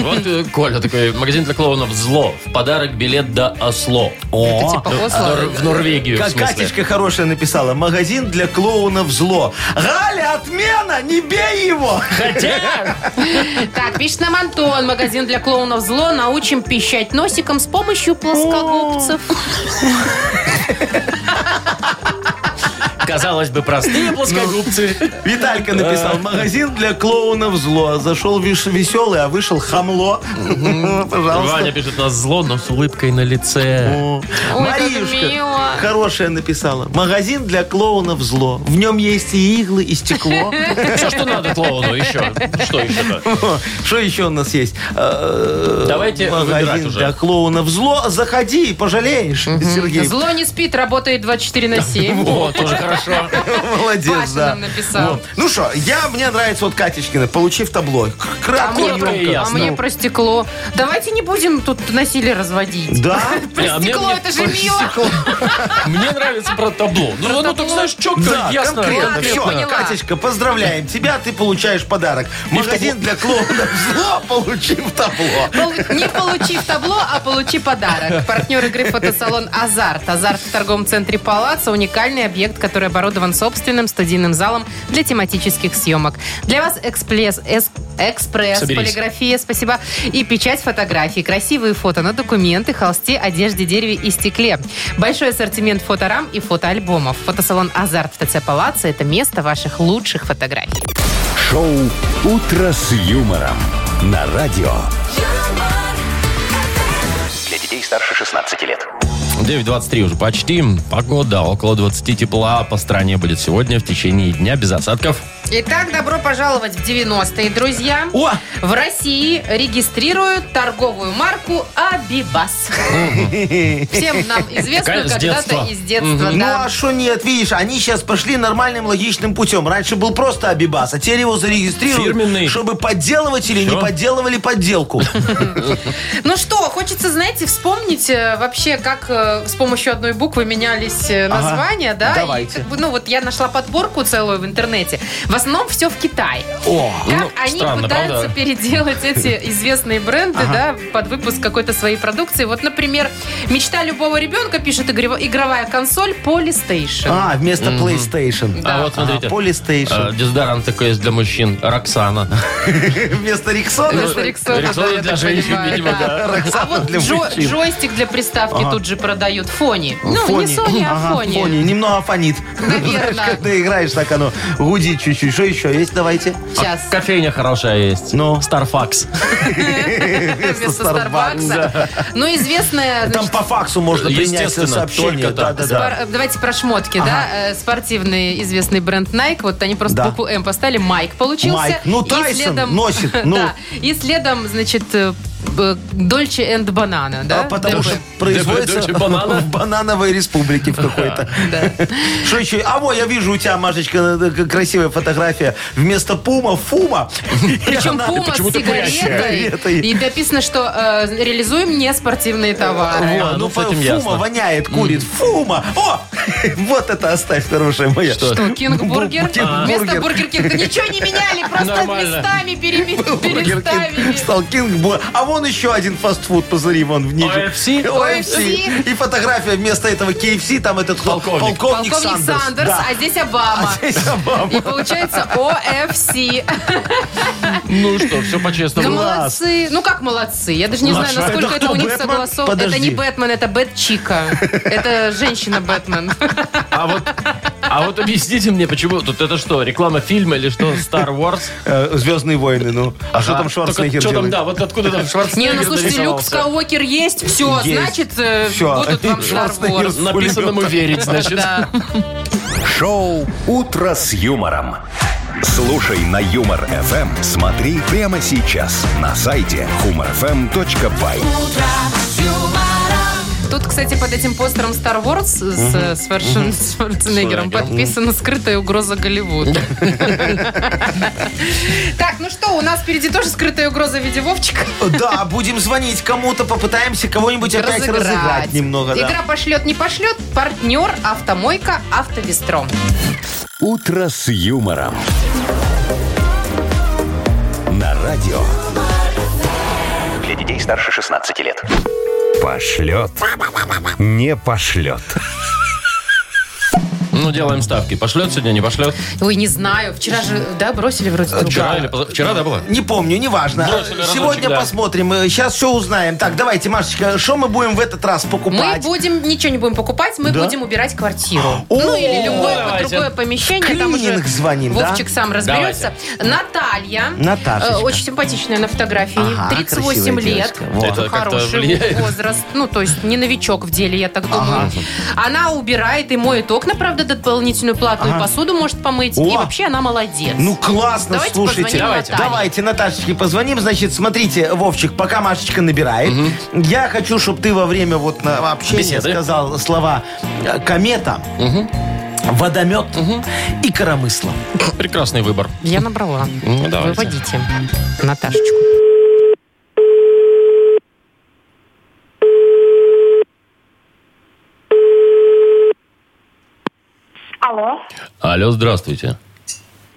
Вот э, Коля такой. Магазин для клоунов зло. В подарок билет до Осло. Э,
О,
Типа осла.
Нор- В Норвегию, в
Как
смысле.
Катечка хорошая написала. Магазин для клоунов зло. Галя, отмена! Не бей его!
Хотя...
Так, пишет нам Антон. Магазин для клоунов зло. Научим пищать носиком с помощью плоскогубцев.
Казалось бы, простые плоскогубцы.
Ну, Виталька написал. Магазин для клоунов зло. Зашел веселый, а вышел хамло. Пожалуйста.
Ваня пишет нас зло, но с улыбкой на лице.
Ой, как мило.
Мариюшка хорошая написала. Магазин для клоунов зло. В нем есть и иглы, и стекло.
Все, что надо клоуну еще. Что еще-то?
Что еще у нас есть? Э,
Давайте выбирать
Магазин
уже.
для клоунов зло. Заходи, пожалеешь, Сергей.
Зло не спит, работает 24 на 7.
О, тоже хорошо.
Молодец,
Паша
да.
нам написал.
Вот. Ну что, я, мне нравится вот Катечкина, получив табло. К-
А
Кратко.
мне,
Коротко
про,
и
а
ясно.
мне про стекло. Давайте не будем тут насилие разводить.
Да?
Про
Не, а мне-
стекло
мне
это же мило.
Мне нравится про табло. Ну, оно так, знаешь, четко,
Да,
ясно.
конкретно.
конкретно.
Все,
Поняла.
Катечка, поздравляем тебя, ты получаешь подарок. Магазин для клоунов зло, получив табло.
Пол- Не получив табло, а получи подарок. Партнер игры фотосалон «Азарт». «Азарт» в торговом центре «Палаца» – уникальный объект, который оборудован собственным студийным залом для тематических съемок. Для вас экспресс, эс- экспресс,
Соберись.
полиграфия, спасибо, и печать фотографий, красивые фото на документы, холсте, одежде, дереве и стекле. Большой ассортимент фоторам и фотоальбомов. Фотосалон «Азарт» в ТЦ «Палаца» – это место ваших лучших фотографий.
Шоу «Утро с юмором» на радио.
Для детей старше 16 лет.
9.23 уже почти. Погода около 20 тепла по стране будет сегодня в течение дня без осадков.
Итак, добро пожаловать в 90-е, друзья.
О,
В России регистрируют торговую марку Абибас. Всем нам известную
Такая с детства.
когда-то из детства.
Ну
да.
а что нет, видишь, они сейчас пошли нормальным логичным путем. Раньше был просто Абибас, а теперь его зарегистрируют,
Фирменный.
чтобы подделыватели
Всё.
не подделывали подделку.
Ну что, хочется, знаете, вспомнить э, вообще, как э, с помощью одной буквы менялись э, названия, да? И
Давайте.
как бы, ну вот я нашла подборку целую в интернете. В основном все в Китае.
О,
Как
Ну,
они
странно,
пытаются
правда?
переделать эти известные бренды, да, под выпуск какой-то своей продукции. Вот, например, мечта любого ребенка, пишет игрево- игровая консоль Polystation.
а, вместо PlayStation.
Да.
А вот смотрите.
А, Polystation.
э, Дезодорант такой есть для мужчин. Роксана.
Вместо Риксона.
Вместо Рексона,
Рексона
да, я
для
так
женщин,
понимаю,
видимо,
да. Ну, А вот
для
джо-
мужчин.
джойстик для приставки тут же продают. Фони. Ну, не Sony, а
Ага,
Фони.
Немного афонит.
Наверно.
Знаешь, когда играешь, так оно гудит чуть-чуть. Что еще есть? Давайте.
Сейчас.
Кофейня хорошая есть.
Ну?
Старфакс.
вместо
Starbucks,
Старбакса. Ну, известная...
Там
значит,
по факсу можно принять
Естественно,
сообщение.
только так.
Да-да-да.
спор- Давайте про шмотки, да? Э, Спортивный известный бренд Nike. Вот они просто
Да.
букву М поставили. Майк получился.
Майк. Ну,
И
Тайсон
следом-
носит, ну.
Да. И следом, значит, э, Дольче энд Банана, да?
А потому
ДБ.
что производится
Дольче Банана.
в банановой республике в какой-то.
Да.
Что еще? А вот я вижу у тебя, Машечка, э, к- красивая фотография. Вместо пума фума.
Причем
Она-
пума с
почему-то
сигаретой.
курящая.
И написано, что э, реализуем неспортивные товары.
А,
Во,
ну,
ну,
с
фу-
этим
фума
ясно.
воняет, курит. Фума! О! Вот это оставь, хорошая моя. Ну,
Что?
Что, Кинг-бургер?
Кинг-бургер.
Вместо Бургер Кинга ничего не меняли, просто
Нормально.
местами переме-
Бургер Кинг
переставили.
стал Кинг. Бу- А вон еще один фастфуд, позри, вон в ниже.
OFC?
OFC. И фотография вместо этого KFC, там этот кто?
Полковник.
полковник
Полковник
Сандерс.
Сандерс,
Да.
а здесь Обама.
Здесь Обама.
И получается OFC.
Ну что, все по-честному.
Ну, молодцы. Ну, как молодцы? Я даже не знаю,
Молодцы.
Это
насколько это
кто,
у них
Бэтмен?
согласовано. Это
Подожди.
не Бэтмен, это Бэтчика. Это женщина Бэтмен.
А вот, а вот объясните мне, почему тут это что, реклама фильма или что, Star Wars?
Э, Звездные войны, ну. А что там Шварценеггер
Что там,
делает?
да, вот откуда там
Не,
Шварценеггер
ну слушайте, Люк
нарисовался?
Скауокер есть, все,
Есть.
значит, э,
Всё.
будут вам Star
Шварценеггер
Wars.
с
Написанному
пулемёта.
верить, значит.
Да.
Шоу «Утро с юмором». Слушай на Юмор ФМ. Смотри прямо сейчас на сайте humorfm.by.
Тут, кстати, под этим постером Star Wars с, э, с Шварцен- Шварценеггером подписана скрытая угроза Голливуда. Так, ну что, у нас впереди тоже скрытая угроза в виде Вовчика.
Да, будем звонить кому-то, попытаемся кого-нибудь опять разыграть немного. да.
Игра пошлет, не пошлет. Партнер автомойка Автовестром.
«Утро с юмором». На радио
Для детей старше 16 лет.
Пошлет. Не пошлет.
Ну, делаем ставки. Пошлет сегодня, не пошлет?
Ой, не знаю. Вчера же, да, бросили вроде друга.
Вчера или поза- Вчера, да, было?
Не помню, неважно.
Бросили разочек,
Сегодня
да.
посмотрим. Сейчас все узнаем. Так, давайте, Машечка, что мы будем в этот раз
Мы
покупать?
будем, ничего не будем покупать, мы будем убирать квартиру.
О,
ну или любое
давайте.
другое помещение. Там уже
Клининг звоним, да?
Вовчик сам разберется. Наталья.
Наташечка.
э, очень симпатичная на фотографии.
Ага,
38
красивая
лет.
девочка. Во.
Это как-то
Хороший
влияет?
возраст. Ну, то есть не новичок в деле, я так думаю. Она убирает и моет окна, правда, дополнительную плату, и посуду может помыть. И
О.
вообще она молодец.
Ну классно,
Давайте
слушайте.
позвоним Давайте.
Давайте.
Наталье.
Наташечке позвоним. Значит, смотрите, Вовчик, пока Машечка набирает, я хочу, чтобы ты во время вот на общения
Беседы.
сказал слова э, комета, водомет и коромысло.
Прекрасный выбор.
Я набрала.
Ну, давайте.
Выводите Наташечку.
Алло,
Алло, здравствуйте.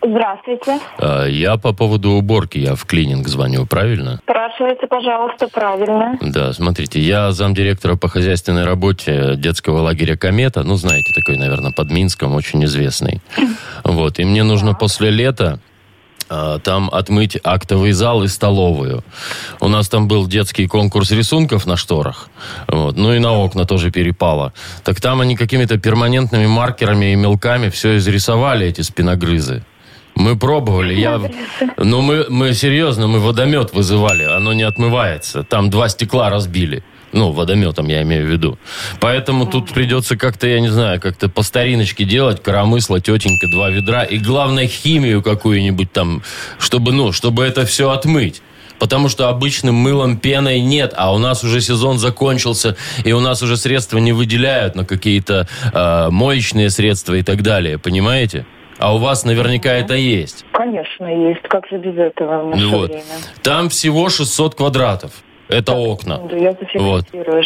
здравствуйте.
Э, Я по поводу уборки, я в клининг звоню, правильно?
Спрашивайте, пожалуйста, правильно.
Да, смотрите, я замдиректора по хозяйственной работе детского лагеря «Комета», ну, знаете, такой, наверное, под Минском, очень известный. Вот, и мне нужно после лета э, там отмыть актовый зал и столовую. У нас там был детский конкурс рисунков на шторах, вот, ну и на окна тоже перепало. Так там они какими-то перманентными маркерами и мелками все изрисовали, эти спиногрызы. Мы пробовали, я... Ну, мы, мы серьезно, мы водомет вызывали, оно не отмывается. Там два стекла разбили. Ну, водометом я имею в виду. Поэтому тут придется как-то, я не знаю, как-то по стариночке делать, коромысло, тетенька, два ведра. И главное, химию какую-нибудь там, чтобы, ну, чтобы это все отмыть. Потому что обычным мылом пеной нет, а у нас уже сезон закончился, и у нас уже средства не выделяют на какие-то э, моечные средства и так далее, понимаете? А у вас наверняка это есть.
Конечно, есть. Как же без этого в наше
Ну вот.
время?
Там всего 600 квадратов. Это окна. Э.
Секунду, Я зафиксирую.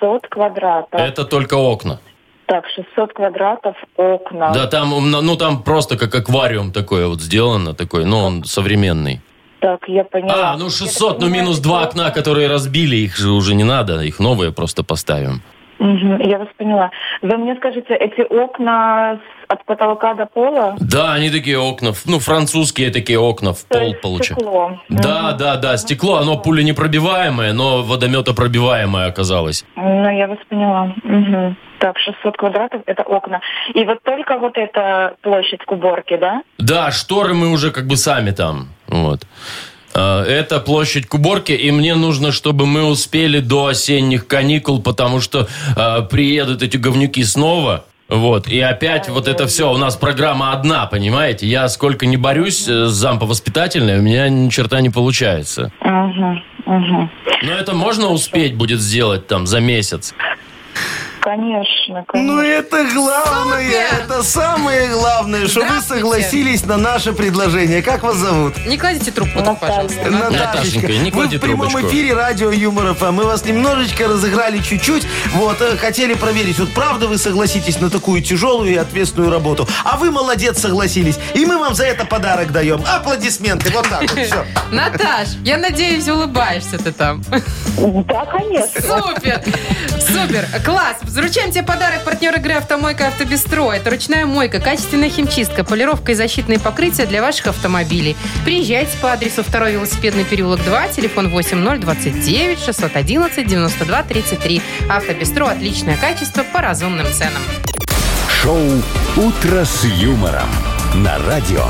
600 квадратов.
Это только окна.
Так, 600 квадратов окна.
Да, там, м, ну там просто как аквариум такое вот сделано, такой, но он современный.
Так, я поняла.
А, ну
Я
600,
так
ну
понимаю,
минус два
что-
окна, которые разбили, их же уже не надо, их новые просто поставим.
Мгм, я вас поняла. Вы мне скажите, эти окна с- от потолка до пола?
Да, они такие окна, ну французские такие окна в
То
пол
есть
получается.
Стекло.
Да,
Мгм.
да, да, стекло, оно пуленепробиваемое, но водометопробиваемое оказалось.
Ну, я вас поняла. Мгм. Так, 600 квадратов – это окна. И вот только вот эта площадь к уборке, да?
Да, шторы мы уже как бы сами там, вот. А, Это площадь к уборке, и мне нужно, чтобы мы успели до осенних каникул, потому что а, приедут эти говнюки снова, вот, и опять вот это все, у нас программа одна, понимаете? Я сколько не борюсь э, с замповоспитательной, у меня ни черта не получается.
Мгм, мгм.
Но это можно успеть будет сделать там за месяц?
Конечно,
Ну
конечно.
это главное, это самое главное, что вы
Здравствуйте.
согласились на наше предложение. Как вас зовут?
Не кладите трубку, так,
Наталья.
пожалуйста.
Наташенька, не
Ну вы
клади
в прямом
трубочку.
эфире радио Юмор ФМ. Мы вас немножечко разыграли чуть-чуть. Вот, э, хотели проверить, вот правда вы согласитесь на такую тяжелую и ответственную работу. А вы молодец, согласились. И мы вам за это подарок даем. Аплодисменты. Вот так вот, все.
Наташ, я надеюсь, улыбаешься ты там.
Да, конечно.
Супер! Супер! Класс! Заручаем тебе подарок партнер игры «Автомойка Автобестро». Это ручная мойка, качественная химчистка, полировка и защитные покрытия для ваших автомобилей. Приезжайте по адресу 2 велосипедный переулок 2, телефон 8029 611 92 33. «Автобестро» – отличное качество по разумным ценам.
Шоу «Утро с юмором» на радио.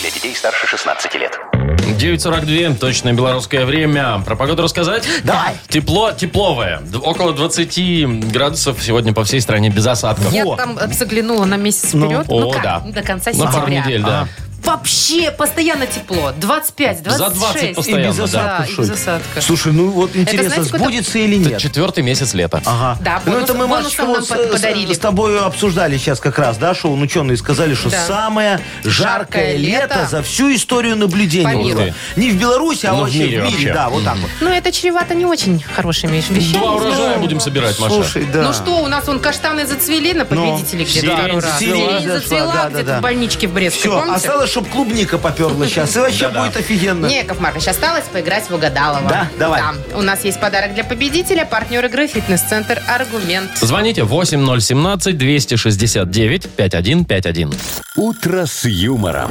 Для детей старше 16 лет.
9.42, точное белорусское время. Про погоду рассказать?
Давай.
Тепло, тепловое. Д- Около 20 градусов сегодня по всей стране без осадков.
Я
Во.
там э, заглянула на месяц
Ну,
вперед. Ну,
о,
как?
да.
До конца
На
сентября.
пару недель, да.
Вообще постоянно тепло. 25, 26.
За 20 постоянно,
без
да.
осадков.
Да, и без
Слушай,
осадков.
Слушай, ну вот интересно,
знаете, какой-то-
сбудется или
Это
нет?
четвертый месяц лета.
Ага.
Да,
ну
бонус-
это мы,
бонусом
Машечка,
нам
вот с,
под-
с-
подарили.
с тобой обсуждали сейчас как раз, да, что ученые сказали, что
Да.
самое жаркое
Жаркое
лето,
лето
за всю историю наблюдения.
По миру.
было. Не в Беларуси, а
Ну, в
вообще в
мире
мире,
вообще.
да, вот так вот.
Ну, это чревато не очень хорошими вещами.
Два урожая будем собирать, Маша.
Слушай, да. Ну,
Ну что, у нас вон каштаны зацвели на победителе где-то
сирень
второй раз.
зацвела.
Сирень зацвела
Да, да,
где-то
да.
в больничке в Брестской,
Все,
помните?
осталось, чтобы клубника поперла сейчас. И вообще будет офигенно.
Не, Яков Маркович, осталось поиграть в угадалово.
Да? Давай.
Да. У нас есть подарок для победителя, партнер игры «Фитнес-центр Аргумент».
Звоните 8017-269-5151.
«Утро с юмором».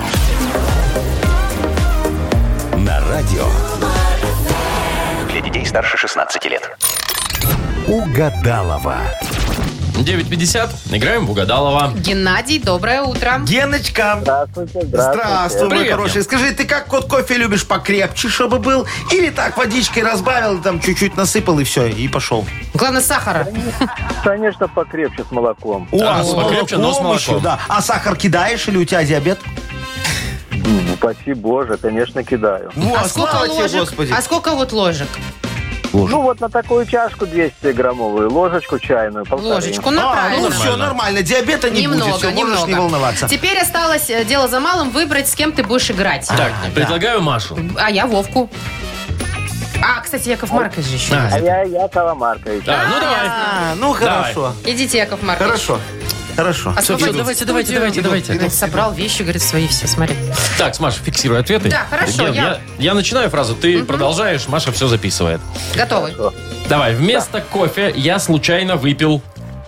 На радио
Для детей старше 16 лет.
«Угадалова».
9.50. Играем в Угадалова.
Геннадий, доброе утро.
Геночка,
Здравствуйте,
здравствуй, мой
Привет,
хороший. Скажи, ты как кот кофе любишь покрепче, чтобы был? Или так водичкой разбавил, там чуть-чуть насыпал и все, и пошел?
Главное, сахара.
Ну,
Конечно, покрепче с молоком.
О,
Да,
а с
покрепче, но с
молоком еще,
молоком.
да. А сахар кидаешь или у тебя диабет?
Ну, Упаси боже, конечно, кидаю.
Во,
а сколько
слава тебе,
ложек?
Господи.
А сколько вот ложек?
Ну вот на такую чашку 200-граммовую, ложечку чайную, полторы.
Ложечку, ну
А,
правильно.
ну все, нормально, диабета не будет, все, можешь не волноваться.
Теперь осталось э, дело за малым выбрать, с кем ты будешь играть.
Так, предлагаю Машу.
А я Вовку. А, кстати, Яков Маркович же еще.
А я Якова Марковича.
Да, ну давай.
А, ну хорошо,
Идите, Яков Маркович. А
хорошо, хорошо.
Всё, всё, давайте, давайте, давайте,
давайте.
Собрал вещи, говорит, свои все, смотри.
Так, Маша, фиксируй ответы.
Да, хорошо,
Ген,
я-
я... я начинаю фразу, ты продолжаешь, Маша все записывает.
Готовы?
Давай, вместо кофе я случайно выпил.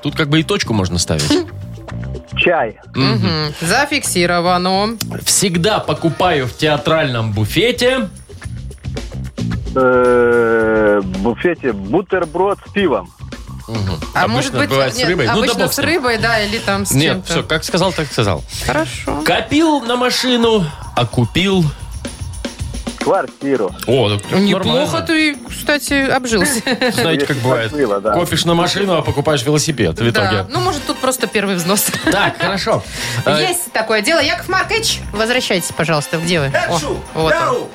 Тут как бы и точку можно ставить.
Чай.
Мгм. Зафиксировано.
Всегда покупаю в театральном буфете.
Э, В буфете бутерброд с пивом.
А
Обычно
может быть,
бывает с
нет,
рыбой. Ну, да
обычно
бог с
с
ним.
рыбой, да, или там с
Нет,
чем-то.
все, как сказал, так сказал.
Хорошо.
Копил на машину, а купил...
Квартиру.
О, так
Ну, Неплохо
нормально.
ты, кстати, обжился.
Знаете, как
Если
бывает.
копила, да.
Копишь на машину, а покупаешь велосипед в
Да.
итоге.
Ну, может, тут просто первый взнос.
Так, хорошо. Э,
Есть такое дело. Яков Маркович, возвращайтесь, пожалуйста. Где
Э,
вы? О,
Эшу,
вот он.
Яру,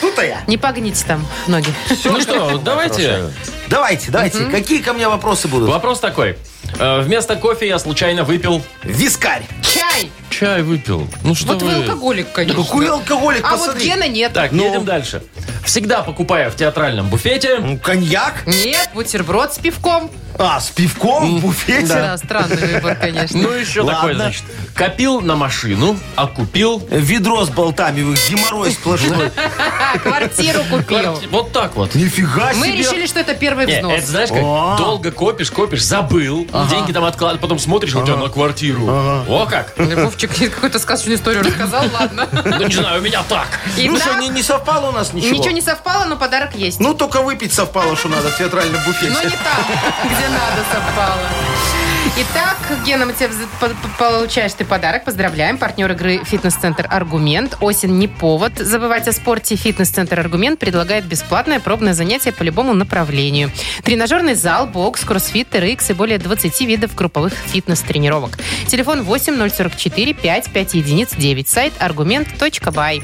Тут-то я.
Не погните там ноги.
Ну что, давайте.
Давайте, давайте. Какие ко мне вопросы будут?
Вопрос такой. Э, Вместо кофе я случайно выпил...
Вискарь.
Чай!
Чай выпил. Ну что
Вот вы алкоголик, конечно.
Какой алкоголик,
А вот
посмотри.
Ну.
Гена нет.
Так, едем дальше. Всегда покупая в театральном буфете...
Ну, коньяк?
Нет, бутерброд с пивком.
А, с пивком в буфете?
Да, странный выбор, конечно.
Ну, еще
Ладно.
такой, значит. Копил на машину, а купил...
Ведро с болтами, вы геморрой сплошной.
А, квартиру купил.
кварти- Вот так вот.
Нифига
Мы
себе.
решили, что это первый
Не,
взнос.
это знаешь как?
А.
Долго копишь, копишь, забыл, деньги там откладываешь, потом смотришь, у тебя на квартиру. О как?
Вовчик какую-то сказочную историю рассказал, ладно.
Ну не знаю, у меня так.
И
Ну что,
так
не, не совпало у нас ничего?
ничего не совпало, но подарок есть.
Ну, только выпить совпало, что надо в театральном
Но Ну, не
буфете.
там, где надо совпало. Итак, Гена, мы тебе вз- по- по- получаешь ты подарок. Поздравляем. Партнер игры «Фитнес-центр Аргумент». Осень не повод. Забывать о спорте. «Фитнес-центр Аргумент» предлагает бесплатное пробное занятие по любому направлению. Тренажерный зал, бокс, кроссфит, ТРХ и более 20 видов групповых фитнес-тренировок. Телефон 8 044 55 единиц 9. Сайт аргумент.бай.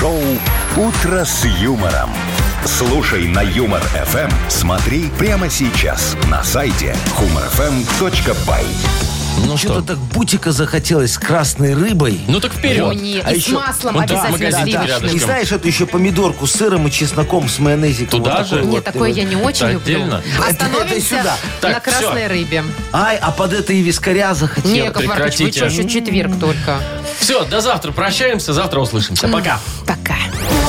Шоу «Утро с юмором». Слушай на Юмор ФМ. Смотри прямо сейчас на сайте humorfm.by.
Ну
Что-то
что?
так бутика захотелось с красной рыбой.
Ну так
О,
вперед.
не,
А
и с
еще-
маслом
Вон там
обязательно
магазин
сливочным.
рядышком.
И знаешь, это еще помидорку с сыром и чесноком с майонезиком.
Туда
Вот
же?
такой
Нет,
Нет,
вот.
такое я не очень
Это
люблю.
отдельно?
Это- это
Остановимся
сюда.
Так,
на красной
всё.
рыбе.
Ай, а под это и вискаря захотел.
Не, Яков Маркович, вы
прекратите.
что, еще четверг только.
Все, до завтра прощаемся, завтра услышимся. Пока.
Пока.